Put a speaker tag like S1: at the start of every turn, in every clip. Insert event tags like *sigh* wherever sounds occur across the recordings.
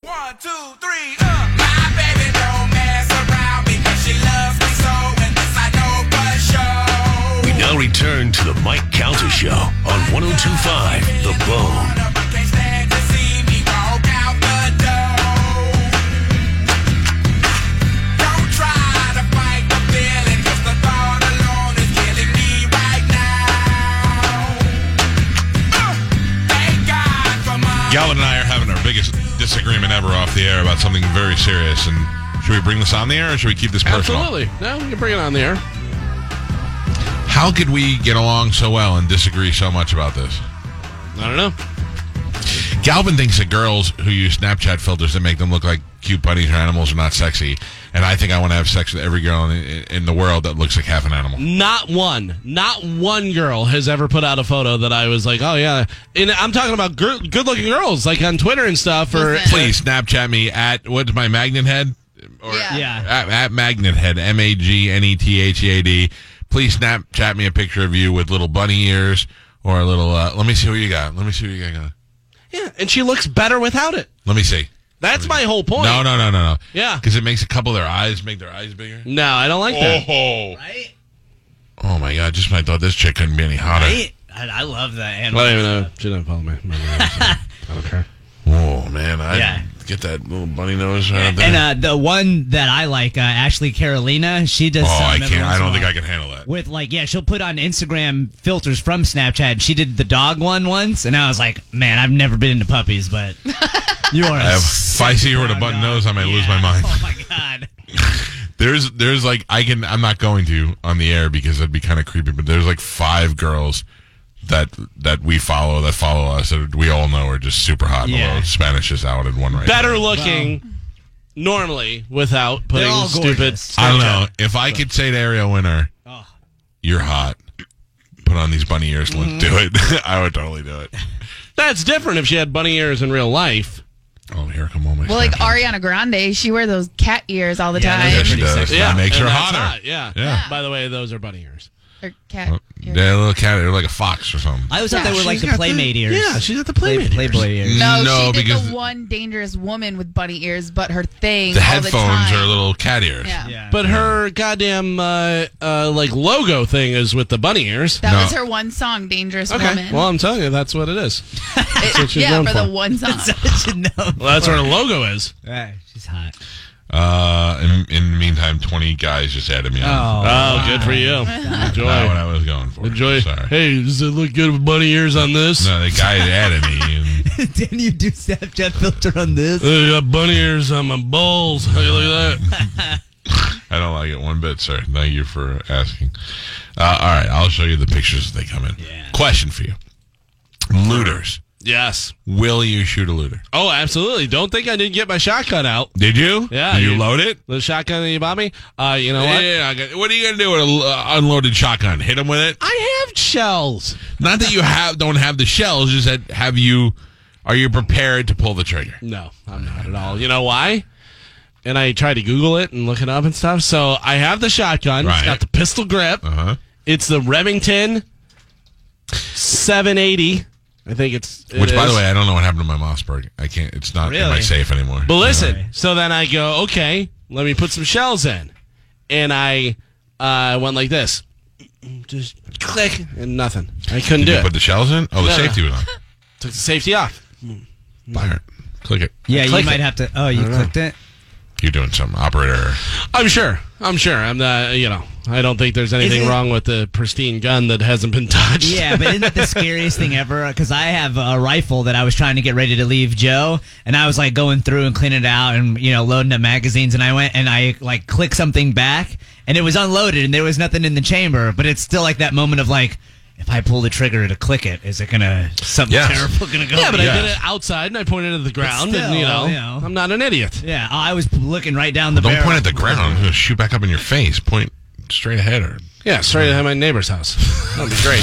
S1: One, two, three, uh. My baby don't mess around because she loves me so, and this I know for sure.
S2: We now return to the Mike Calta Show on 1025 The Bone.
S1: I can't stand to see me walk out the door. Don't try to fight the feeling, 'cause the thought alone is killing me right now. Uh, Thank God for my
S3: Galvin and I are having our biggest disagreement ever off the air about something very serious. And should we bring this on the air or should we keep this personal?
S4: Absolutely. No, you can bring it on the air.
S3: How could we get along so well and disagree so much about this?
S4: I don't know.
S3: Galvin thinks that girls who use Snapchat filters that make them look like cute bunnies or animals are not sexy. And I think I want to have sex with every girl in, in the world that looks like half an animal.
S4: Not one, not one girl has ever put out a photo that I was like, oh yeah. And I'm talking about gir- good-looking girls, like on Twitter and stuff. Or
S5: Listen.
S3: Please Snapchat me at what's my magnet head? Or
S5: Yeah.
S4: yeah,
S3: at, at Magnet Head, M A G N E T H E A D. Please Snapchat me a picture of you with little bunny ears or a little. Uh, let me see what you got. Let me see what you got.
S4: yeah. And she looks better without it.
S3: Let me see.
S4: That's my whole point.
S3: No, no, no, no, no.
S4: Yeah.
S3: because it makes a couple of their eyes make their eyes bigger.
S4: No, I don't like that.
S3: Oh,
S5: Right?
S3: oh my God! Just when I thought this chick couldn't be any hotter.
S5: Right? I, I love that animal.
S4: Well, I don't even know. She doesn't follow me. I don't care.
S3: Oh man, I
S5: Yeah.
S3: get that little bunny nose right up there.
S5: And uh, the one that I like, uh, Ashley Carolina, she does.
S3: oh, I
S5: something every
S3: can't.
S5: once
S3: I
S5: in a
S3: don't
S5: while
S3: think I can handle that.
S5: With like, yeah, she'll put on Instagram filters from Snapchat. She did the dog one once, and I was like, man, I've never been into puppies, *laughs* but you are.
S3: I
S5: a
S3: have- if I see her with a
S5: sick
S3: button
S5: dog.
S3: nose, I might lose
S5: Yeah.
S3: my mind.
S5: Oh my Oh god.
S3: There's there's like I can I'm not going to on the air because that'd be kind of creepy. But there's like five girls that that we follow that follow us that we all know are just super hot.
S5: Yeah.
S3: Although Spanish is out in one right.
S4: Better
S3: now.
S4: looking normally without putting
S5: all
S4: stupid.
S5: gorgeous.
S3: I don't know if I could say to Ariel Winter,
S5: Oh.
S3: "You're hot." Put on these bunny ears. and Let's do it. *laughs* I would totally do it.
S4: That's different if she had bunny ears in real life.
S3: Oh, here come all my.
S6: Well, like
S3: Snapchats.
S6: Ariana Grande, she wear those cat ears all the
S5: Yeah,
S6: time.
S5: those
S3: Yeah,
S5: are
S3: she
S5: Pretty
S3: does.
S5: sexy.
S3: That makes
S4: and
S3: her
S4: that's
S3: hotter.
S4: hot, Yeah.
S3: Yeah.
S4: By the way, those are bunny ears.
S6: Or cat ears.
S3: They're a little cat. They're like a fox or something.
S5: I always thought
S6: Yeah,
S5: they were like
S4: she's
S5: the
S4: got
S5: playmate
S4: the-
S5: ears.
S4: yeah, she's got the
S5: Play-
S4: Playmate ears.
S5: Playboy ears.
S6: No,
S3: No,
S6: she did
S3: because-
S6: the one dangerous woman with bunny ears, but her thing
S3: the
S6: all the
S3: headphones
S6: time.
S3: are little cat ears.
S6: yeah.
S5: Yeah.
S4: But her goddamn uh, uh, like logo thing is with the bunny ears.
S6: That
S3: No.
S6: was her one song, "Dangerous
S4: Okay.
S6: Woman."
S4: Well, I'm telling you, that's what it is.
S6: It-
S4: what she's
S6: yeah,
S4: known
S6: for,
S4: for.
S6: the
S4: *laughs*
S6: one song.
S5: Should know.
S4: Well, that's what her logo is.
S5: Ah, *laughs* she's hot.
S3: Uh, in, in the meantime, twenty guys just added me on.
S4: Oh, good for you. Enjoy.
S3: Not what I was going for.
S4: Enjoy.
S3: Sorry.
S4: Hey, does it look good with bunny ears on this?
S3: No, the guy that added me. and-
S5: *laughs* Didn't you do Snapchat filter on this?
S4: Hey, I Uh, got bunny ears on my balls. How you like that?
S3: I don't like it one bit, sir. Thank you for asking. Uh, all right, I'll show you the pictures as they come in. Question for you: Looters.
S4: yes.
S3: Will you shoot a looter?
S4: Oh, absolutely. Don't think I didn't get my shotgun out.
S3: Did you?
S4: Yeah,
S3: Did you
S4: you-
S3: load it?
S4: The shotgun that you bought me. Uh, you know what?
S3: Yeah. I got- What are you gonna do with an uh, unloaded shotgun? Hit him with it?
S4: I have shells.
S3: Not that you have don't have the shells. Just that have you? Are you prepared to pull the trigger?
S4: No, I'm not at all. You know why? And I tried to Google it and look it up and stuff. So I have the shotgun.
S3: Right.
S4: It's got the pistol grip.
S3: Uh huh.
S4: It's the Remington 780. I think it's. it
S3: Which, by
S4: is.
S3: the way, I don't know what happened to my Mossberg. I can't. It's not in my
S5: Really?
S3: safe anymore.
S4: But listen, so then I go, okay, let me put some shells in. And I uh, went like this. Just click and nothing. I couldn't
S3: Did
S4: do
S3: you
S4: it.
S3: put the shells in? Oh, the
S4: No, no.
S3: safety
S4: *laughs*
S3: was on.
S4: Took the safety off.
S3: Fire. Click it.
S5: Yeah, you
S4: Click
S5: might
S4: it.
S5: have to. Oh, you clicked it.
S3: You're doing some operator.
S4: I'm sure. I'm sure. I'm not, you know, I don't think there's anything
S5: Isn't it-
S4: wrong with the pristine gun that hasn't been *laughs* touched.
S5: Yeah, but isn't that the scariest thing ever? Because I have a rifle that I was trying to get ready to leave Joe, and I was like going through and cleaning it out and you know loading up magazines, and I went and I like clicked something back, and it was unloaded, and there was nothing in the chamber, but it's still like that moment of like, if I pull the trigger to click it, is it gonna something
S3: Yes.
S5: terrible gonna go?
S4: Yeah, but
S3: Yeah.
S4: I did it outside and I pointed at the ground and,
S5: still,
S4: you know,
S5: you know.
S4: I'm not an idiot.
S5: yeah, I was looking right down the.
S3: Don't
S5: barrel.
S3: point at the ground. I'm going to shoot back up in your face. Point straight ahead. Or
S4: Yeah, straight at my neighbor's *laughs* house. That'd be great.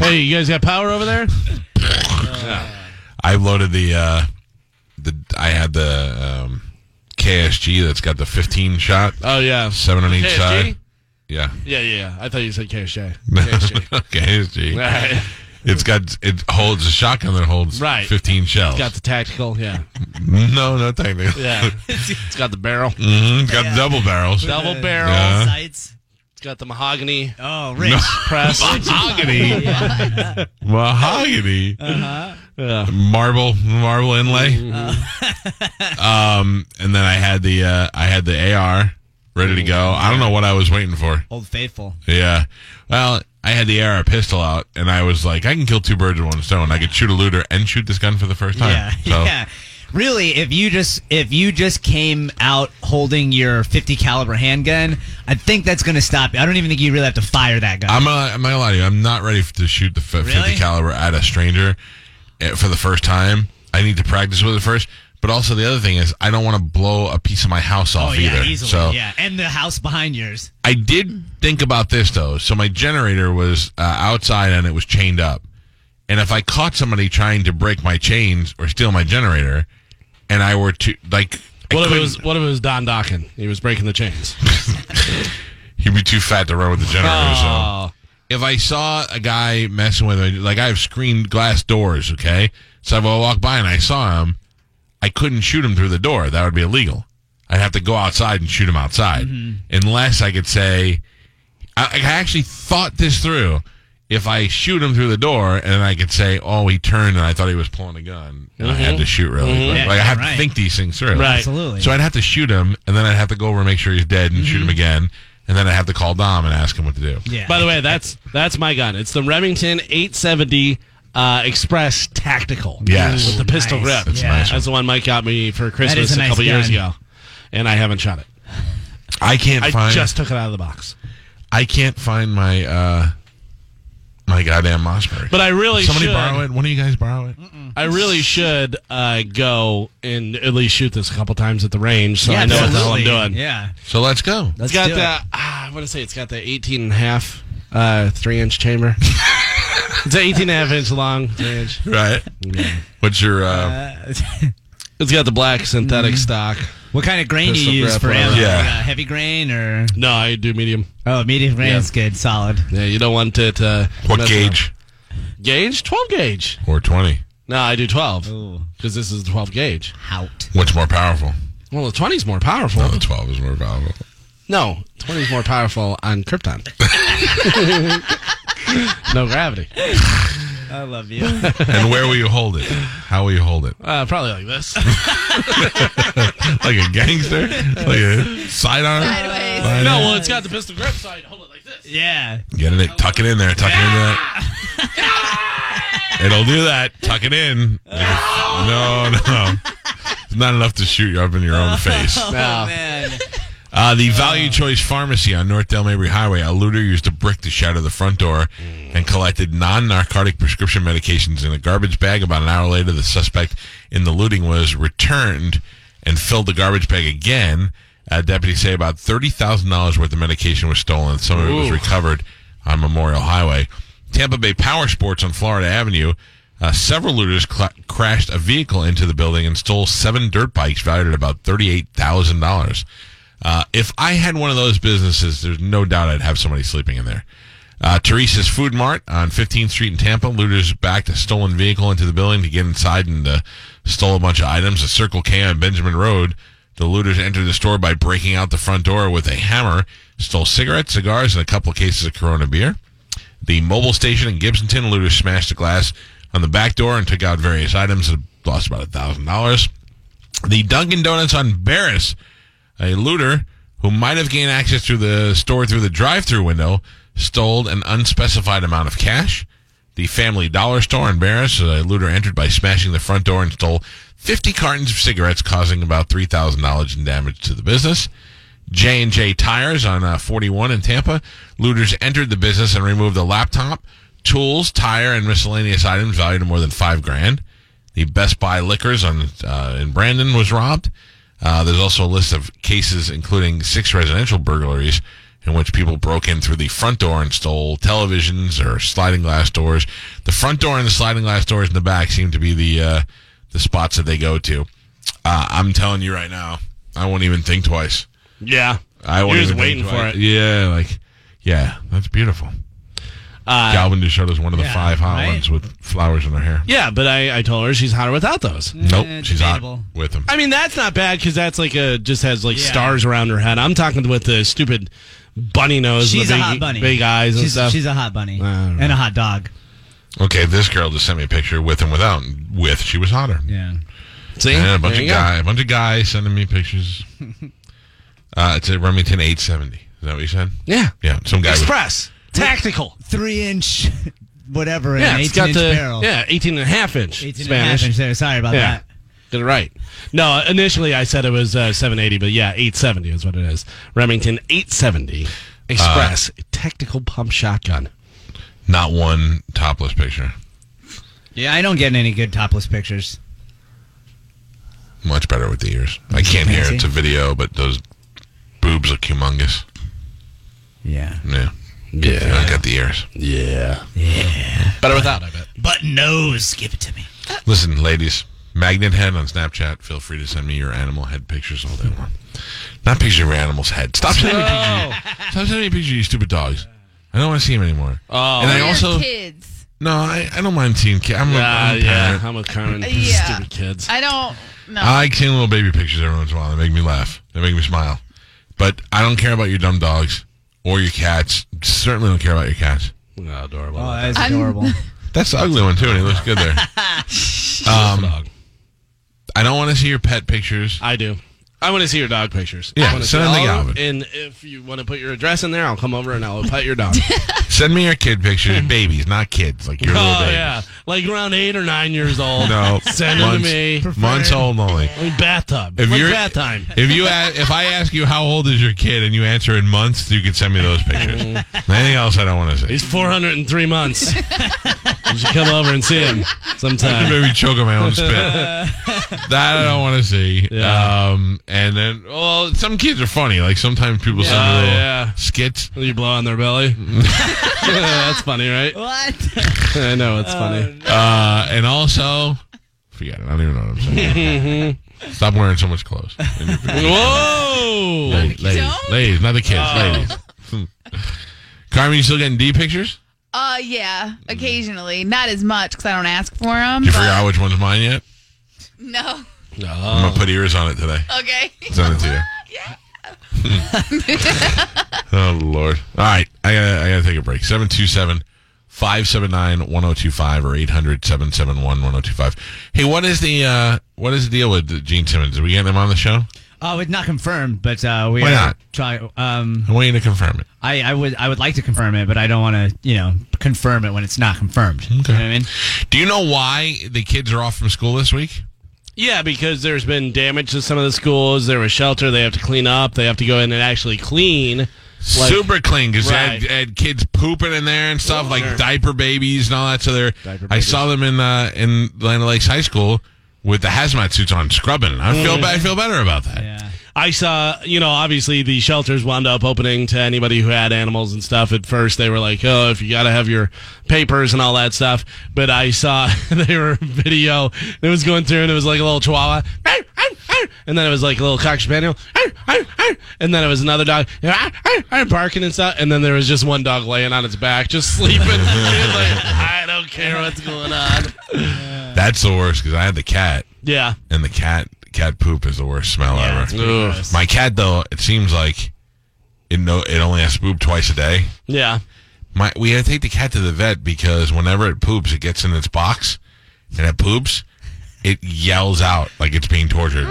S4: hey, you guys got power over there?
S3: I loaded the. Uh, the I had the um, KSG that's got the 15 shot,
S4: Oh, yeah.
S3: seven on each
S4: KSG?
S3: side. Yeah.
S4: *laughs*
S3: *laughs*
S4: Yeah, yeah, yeah. I thought you said KSJ.
S3: KSG.
S4: All right.
S3: It's got it holds a shotgun that holds
S4: Right.
S3: fifteen shells.
S4: Got the tactical, yeah,
S3: no, no, technically, *laughs*
S4: *laughs* yeah. it's got the barrel,
S3: Mhm, Got double barrels.
S4: double barrel.
S3: Yeah.
S5: Sights.
S4: It's got the mahogany
S5: Oh, Rich.
S4: press.
S5: *laughs*
S3: mahogany, mahogany,
S5: Uh-huh.
S4: Yeah.
S3: marble, marble inlay.
S5: Mm-hmm.
S3: *laughs* um, and then I had the uh, I had the AR ready to go. I don't know what I was waiting for.
S5: Old Faithful.
S3: Yeah. Well, I had the AR pistol out, and I was like, I can kill two birds with one stone. I could shoot a looter and shoot this gun for the first time.
S5: Yeah, *laughs*
S3: So,
S5: yeah. Really, if you just if you just came out holding your 50 caliber handgun, I think that's going to stop you. I don't even think you really have to fire that gun.
S3: I'm, not- I'm not gonna lie to you. I'm not ready f- to shoot the f- 50
S5: Really?
S3: caliber at a stranger eh, for the first time. I need to practice with it first. But also, the other thing is, I don't want to blow a piece of my house
S5: oh
S3: off
S5: yeah,
S3: either.
S5: easily.
S3: so
S5: yeah, and the house behind yours.
S3: I did think about this though. So my generator was uh, outside and it was chained up. And if I caught somebody trying to break my chains or steal my generator, and I were to like, I
S4: What if it
S3: couldn't-
S4: was? What if it was Don Dokken? He was breaking the chains.
S3: he'd be too fat to run with the generator. So
S4: Oh,
S3: if I saw a guy messing with it, like I have screened glass doors, okay? So if I walk by and I saw him, I couldn't shoot him through the door. That would be illegal. I'd have to go outside and shoot him outside.
S5: Mm-hmm.
S3: Unless I could say, I, I actually thought this through. If I shoot him through the door and I could say, oh, he turned and I thought he was pulling a gun and I had to shoot really quick.
S5: Mm-hmm. Yeah,
S3: Like, I have to
S5: right.
S3: think these things through.
S4: Right.
S5: Absolutely.
S3: So I'd have to shoot him and then I'd have to go over and make sure he's dead and shoot
S5: Mm-hmm.
S3: him again. And then I'd have to call Dom and ask him what to do.
S5: yeah.
S4: By the way, that's that's my gun. It's the Remington 870 uh, Express Tactical.
S3: Yes.
S4: with the pistol
S5: Nice.
S4: grip.
S5: That's a nice
S4: That's the one Mike got me for
S5: is
S4: Christmas
S5: a
S4: a,
S5: nice
S4: couple years
S5: gun.
S4: ago, and I haven't shot it.
S3: I can't
S4: I
S3: find
S4: just took it out of the box.
S3: I can't find my uh my goddamn Mossberg.
S4: But I really
S3: somebody
S4: should.
S3: borrow it. One of you guys borrow it.
S4: I really should uh, go and at least shoot this a couple times at the range, so
S5: yeah,
S4: I know what the
S5: absolutely.
S4: hell I'm doing.
S5: Yeah.
S3: So let's go.
S4: It's
S5: Let's
S4: got
S5: do it.
S4: the ah, I want to say it's got the 18 and a half uh, three inch
S5: *laughs*
S4: chamber. it's 18 and a half inch long, three inch.
S3: Right. What's your? Uh,
S4: It's got the black synthetic
S5: Mm-hmm.
S4: stock.
S5: *laughs* What kind of grain do
S4: Pistol
S5: you use
S4: grip,
S5: for
S4: whatever.
S5: ammo?
S3: Yeah.
S5: Like, uh, heavy grain or
S4: No, I do medium.
S5: oh medium grain is good, solid.
S4: Yeah, you don't want it. Uh,
S3: what
S4: messing
S3: gauge?
S4: up. Gauge? 12 gauge.
S3: Or twenty?
S4: No, I do
S3: Oh.
S4: 12
S5: Ooh,
S4: because this is 12 gauge.
S5: out.
S3: What's more powerful?
S4: Well, the 20 is more powerful.
S3: No, Oh, the twelve is more powerful.
S4: No, 20 is more powerful on Krypton. *laughs* no gravity.
S5: I love you.
S3: *laughs* And where will you hold it? How will you hold it?
S4: Uh, probably like this.
S3: *laughs* Like a gangster? *laughs* Like a sidearm?
S6: Sideways.
S3: Sidearm?
S4: no, well, it's got the pistol grip, so I hold it like this.
S5: yeah.
S3: Get it, tuck it in there, tuck it in
S4: *laughs*
S3: there. It'll do that. Tuck it
S4: *laughs*
S3: in. No, no. It's not enough to shoot you up in your own face.
S4: *laughs* No.
S5: Man.
S3: Uh, the Value Choice Pharmacy on North Del Mabry Highway. A looter used a brick to shatter the front door and collected non narcotic prescription medications in a garbage bag. About an hour later, the suspect in the looting was returned and filled the garbage bag again. Uh, deputies say about $30,000 worth of medication was stolen. Some of it was
S4: Ooh.
S3: recovered on Memorial Highway. Tampa Bay Power Sports on Florida Avenue. Uh, several looters cla crashed a vehicle into the building and stole seven dirt bikes valued at about $38,000. Uh, if I had one of those businesses, there's no doubt I'd have somebody sleeping in there. Uh, Teresa's Food Mart on 15th Street in Tampa. Looters backed a stolen vehicle into the building to get inside and uh, stole a bunch of items. A Circle K on Benjamin Road. The looters entered the store by breaking out the front door with a hammer, stole cigarettes, cigars, and a couple of cases of Corona beer. The mobile station in Gibsonton looters smashed the glass on the back door and took out various items and lost about thousand dollars. The Dunkin' Donuts on Barris, a looter who might have gained access to the store through the drive-through window, stole an unspecified amount of cash. The Family Dollar store in Barris, a looter entered by smashing the front door and stole 50 cartons of cigarettes, causing about $3,000 in damage to the business. J&J Tires on uh, 41 in Tampa. Looters entered the business and removed a laptop, tools, tire, and miscellaneous items valued at more than five grand. The Best Buy Liquors on uh, in Brandon was robbed. Uh, there's also a list of cases, including six residential burglaries in which people broke in through the front door and stole televisions or sliding glass doors. The front door and the sliding glass doors in the back seem to be the uh, the spots that they go to. Uh, I'm telling you right now, I won't even think twice.
S4: Yeah.
S3: I
S4: You're
S3: wasn't
S4: just
S3: even
S4: waiting
S3: thinking
S4: for
S3: about
S4: it.
S3: Yeah, like, yeah, that's beautiful.
S4: Uh,
S3: Galvin just showed us one of the
S5: Yeah,
S3: five hot
S5: right?
S3: ones with flowers in her hair.
S4: yeah, but I, I told her she's hotter without those.
S3: Nope,
S5: Eh,
S3: she's
S5: debatable.
S3: hot with him.
S4: I mean, that's not bad because that's like a just has like
S5: Yeah.
S4: stars around her head. I'm talking with the stupid bunny nose, and
S5: She's
S4: the
S5: a
S4: big, e-
S5: hot bunny.
S4: big eyes and
S5: she's,
S4: stuff.
S5: She's a hot bunny
S4: don't know.
S5: and a hot dog.
S3: Okay, this girl just sent me a picture with and without. and With she was hotter.
S5: Yeah.
S4: See,
S3: And a bunch
S4: There
S3: of
S4: you go.
S3: guy, a bunch of guys sending me
S4: *laughs*
S3: pictures. uh, it's at Remington 870. Is that what you said?
S4: Yeah,
S3: Yeah, some guy. with-
S4: express tactical.
S5: Three inch, *laughs* whatever,
S4: Yeah,
S5: an
S4: it's
S5: 18
S4: got
S5: inch
S4: the
S5: barrel.
S4: yeah 18 and a half inch
S5: 18 and a half
S4: Spanish.
S5: inch there. Sorry about
S4: Yeah.
S5: that.
S4: Did it right. No, initially I said it was uh, 780, but yeah, 870 is what it is. Remington 870 Express tactical pump shotgun.
S3: Not one topless picture.
S5: Yeah, I don't get any good topless pictures.
S3: Much better with the ears. I can't hear.
S5: Fancy.
S3: It's a video, but those boobs look humongous.
S5: Yeah.
S3: Yeah. Yeah. I got the ears.
S4: Yeah.
S3: Better without, I bet.
S5: But nose, give it to me.
S3: Listen, ladies, Magnet Head on Snapchat. Feel free to send me your animal head pictures all day long. Not pictures of your animal's head. Stop sending me pictures. of- Stop sending me pictures of you stupid dogs. I don't want to see them anymore.
S4: Oh.
S3: and I
S6: They're
S3: also
S6: kids.
S3: no, I, I don't mind seeing kids. I'm, a-
S4: Ah,
S3: I'm a
S4: yeah.
S3: parent.
S4: I'm with Carmen.
S6: Yeah.
S4: Stupid kids.
S6: I don't. No.
S3: I like seeing little baby pictures every once in a while. They make me laugh. They make me smile. But I don't care about your dumb dogs or your cats. Certainly don't care about your cats.
S4: Oh, adorable.
S5: Oh, that is
S6: I'm-
S5: adorable.
S3: That's the ugly one too, and it looks good
S4: *laughs*
S3: there.
S4: dog.
S3: I don't want to see your pet pictures.
S4: I do. I want to see your dog pictures.
S3: Yeah,
S4: I wanna
S3: send
S4: see
S3: them to
S4: all of
S3: Galvin.
S4: them. And if you want to put your address in there, I'll come over and I'll pet your dog.
S3: Send me your kid pictures,
S4: *laughs*
S3: babies, not kids, like your little
S4: oh,
S3: babies.
S4: yeah. Like around eight or nine years old.
S3: No,
S4: *laughs* Send them to me.
S3: Months old only.
S4: Like bathtub.
S3: If
S4: like
S3: you're-
S4: bath time.
S3: If you a- if I ask you how old is your kid and you answer in months, you can send me those pictures. Anything else I don't want to see.
S4: Mm. He's 403 months. you should come over and see him
S3: I
S4: sometime.
S3: maybe
S4: *laughs*
S3: choke on my own spit. that I don't want to see.
S4: Yeah.
S3: Um, and then, well, some kids are funny. Like sometimes people send me
S4: Yeah.
S3: little
S4: Oh, Yeah.
S3: skits.
S4: You blow on
S3: *laughs*
S4: their belly. That's funny, right?
S5: what?
S4: I know it's funny.
S3: Uh, and also, forget it. I don't even know what I'm saying.
S4: Mm-hmm.
S3: Stop wearing so much
S4: *laughs*
S3: clothes.
S4: Whoa!
S3: ladies, ladies,
S6: Don't.
S3: ladies, not the kids,
S4: Oh.
S3: ladies. Hmm. Carmen, you still getting D pictures?
S6: uh, yeah, occasionally, not as much because I don't ask for them.
S3: You forgot which one's mine yet?
S6: No. *laughs*
S3: I'm gonna put ears on it today.
S6: Okay.
S3: Send it to you.
S6: *laughs* yeah.
S3: Oh Lord! All right, I gotta, I gotta take a break. 727-579-1025 or 800-771-1025. Hey, what is the uh, what is the deal with Gene Simmons? Are we getting him on the show?
S5: Oh, it's not confirmed, but uh, we
S3: Why
S5: are
S3: not?
S5: Try, um,
S3: I want you to confirm it.
S5: I, I would I would like to confirm it, but I don't want to you know confirm it when it's not confirmed. You know what I mean?
S3: Do you know why the kids are off from school this week?
S4: Yeah, because there's been damage to some of the schools. There was shelter. They have to clean up. They have to go in and actually clean. Like,
S3: Super clean because
S4: Right.
S3: they had, had kids pooping in there and stuff like
S4: sure.
S3: diaper babies and all that. So they're.
S4: Diaper
S3: I
S4: babies.
S3: saw them in uh, in Land Lakes High School with the hazmat suits on, scrubbing. I feel
S4: Mm.
S3: ba- I feel better about that.
S5: Yeah.
S4: I saw, you know, obviously the shelters wound up opening to anybody who had animals and stuff. At first, they were like, oh, if you got to have your papers and all that stuff. But I saw *laughs* they were video that was going through and it was like a little chihuahua. And then it was like a little cock spaniel. And then it was another dog barking and stuff. And then there was just one dog laying on its back, just sleeping. *laughs* Like, I don't care what's going on.
S3: That's the worst because I had the cat.
S4: Yeah.
S3: and the cat cat poop is the worst smell
S5: Yeah, it's
S3: ever.
S5: pretty
S4: Ugh.
S5: gross.
S3: My cat though, it seems like it no it only has to poop twice a day.
S4: Yeah.
S3: My we had to take the cat to the vet because whenever it poops, it gets in its box and it poops, it yells out like it's being tortured.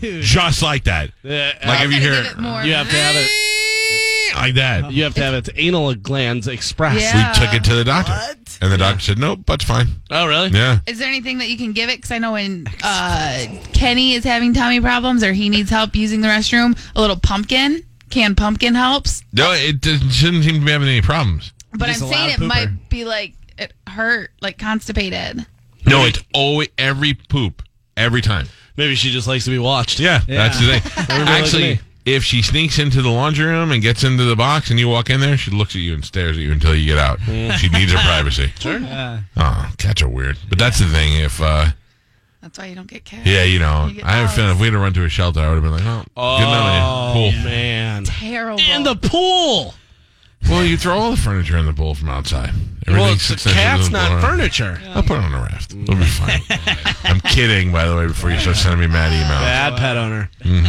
S3: Just like that.
S4: Yeah.
S3: Like if you hear
S6: Give it more.
S4: you have to have it.
S3: like that.
S4: You have to have its anal glands expressed.
S6: Yeah.
S3: We took it to the doctor.
S5: What?
S3: And the doctor said, Nope, butt's fine.
S4: Oh, really?
S3: Yeah.
S6: Is there anything that you can give it? Because I know when uh, Kenny is having tummy problems or he needs help using the restroom, a little pumpkin, canned pumpkin helps.
S3: No, it doesn't shouldn't seem to be having any problems.
S6: But I'm
S5: Just a
S6: saying it
S5: loud pooper.
S6: might be like it hurt, like constipated.
S3: No, it's always every poop. Every time.
S4: Maybe she just likes to be watched.
S3: Yeah, that's the thing.
S4: Everybody
S3: Actually,
S4: like
S3: if she sneaks into the laundry room and gets into the box and you walk in there, she looks at you and stares at you until you get out. She needs her privacy. Sure. Oh, cats are weird. But that's the thing. If, uh,
S6: That's why you don't get cats.
S3: yeah, you know,
S6: You get
S3: I have a
S6: dogs.
S3: feeling if we had run to a "Oh, shelter, I would have been like, oh, good
S4: Oh,
S3: knowing you. Cool.
S4: man.
S6: Terrible.
S4: In the pool.
S3: Well, you throw all the furniture in the bowl from outside.
S4: Well,
S3: Everything
S4: it's the
S3: sits next to
S4: cat's, not
S3: bowl.
S4: furniture.
S3: I'll put it on a raft. It'll be fine. I'm kidding, by the way, before you start sending me mad emails.
S4: Bad pet owner.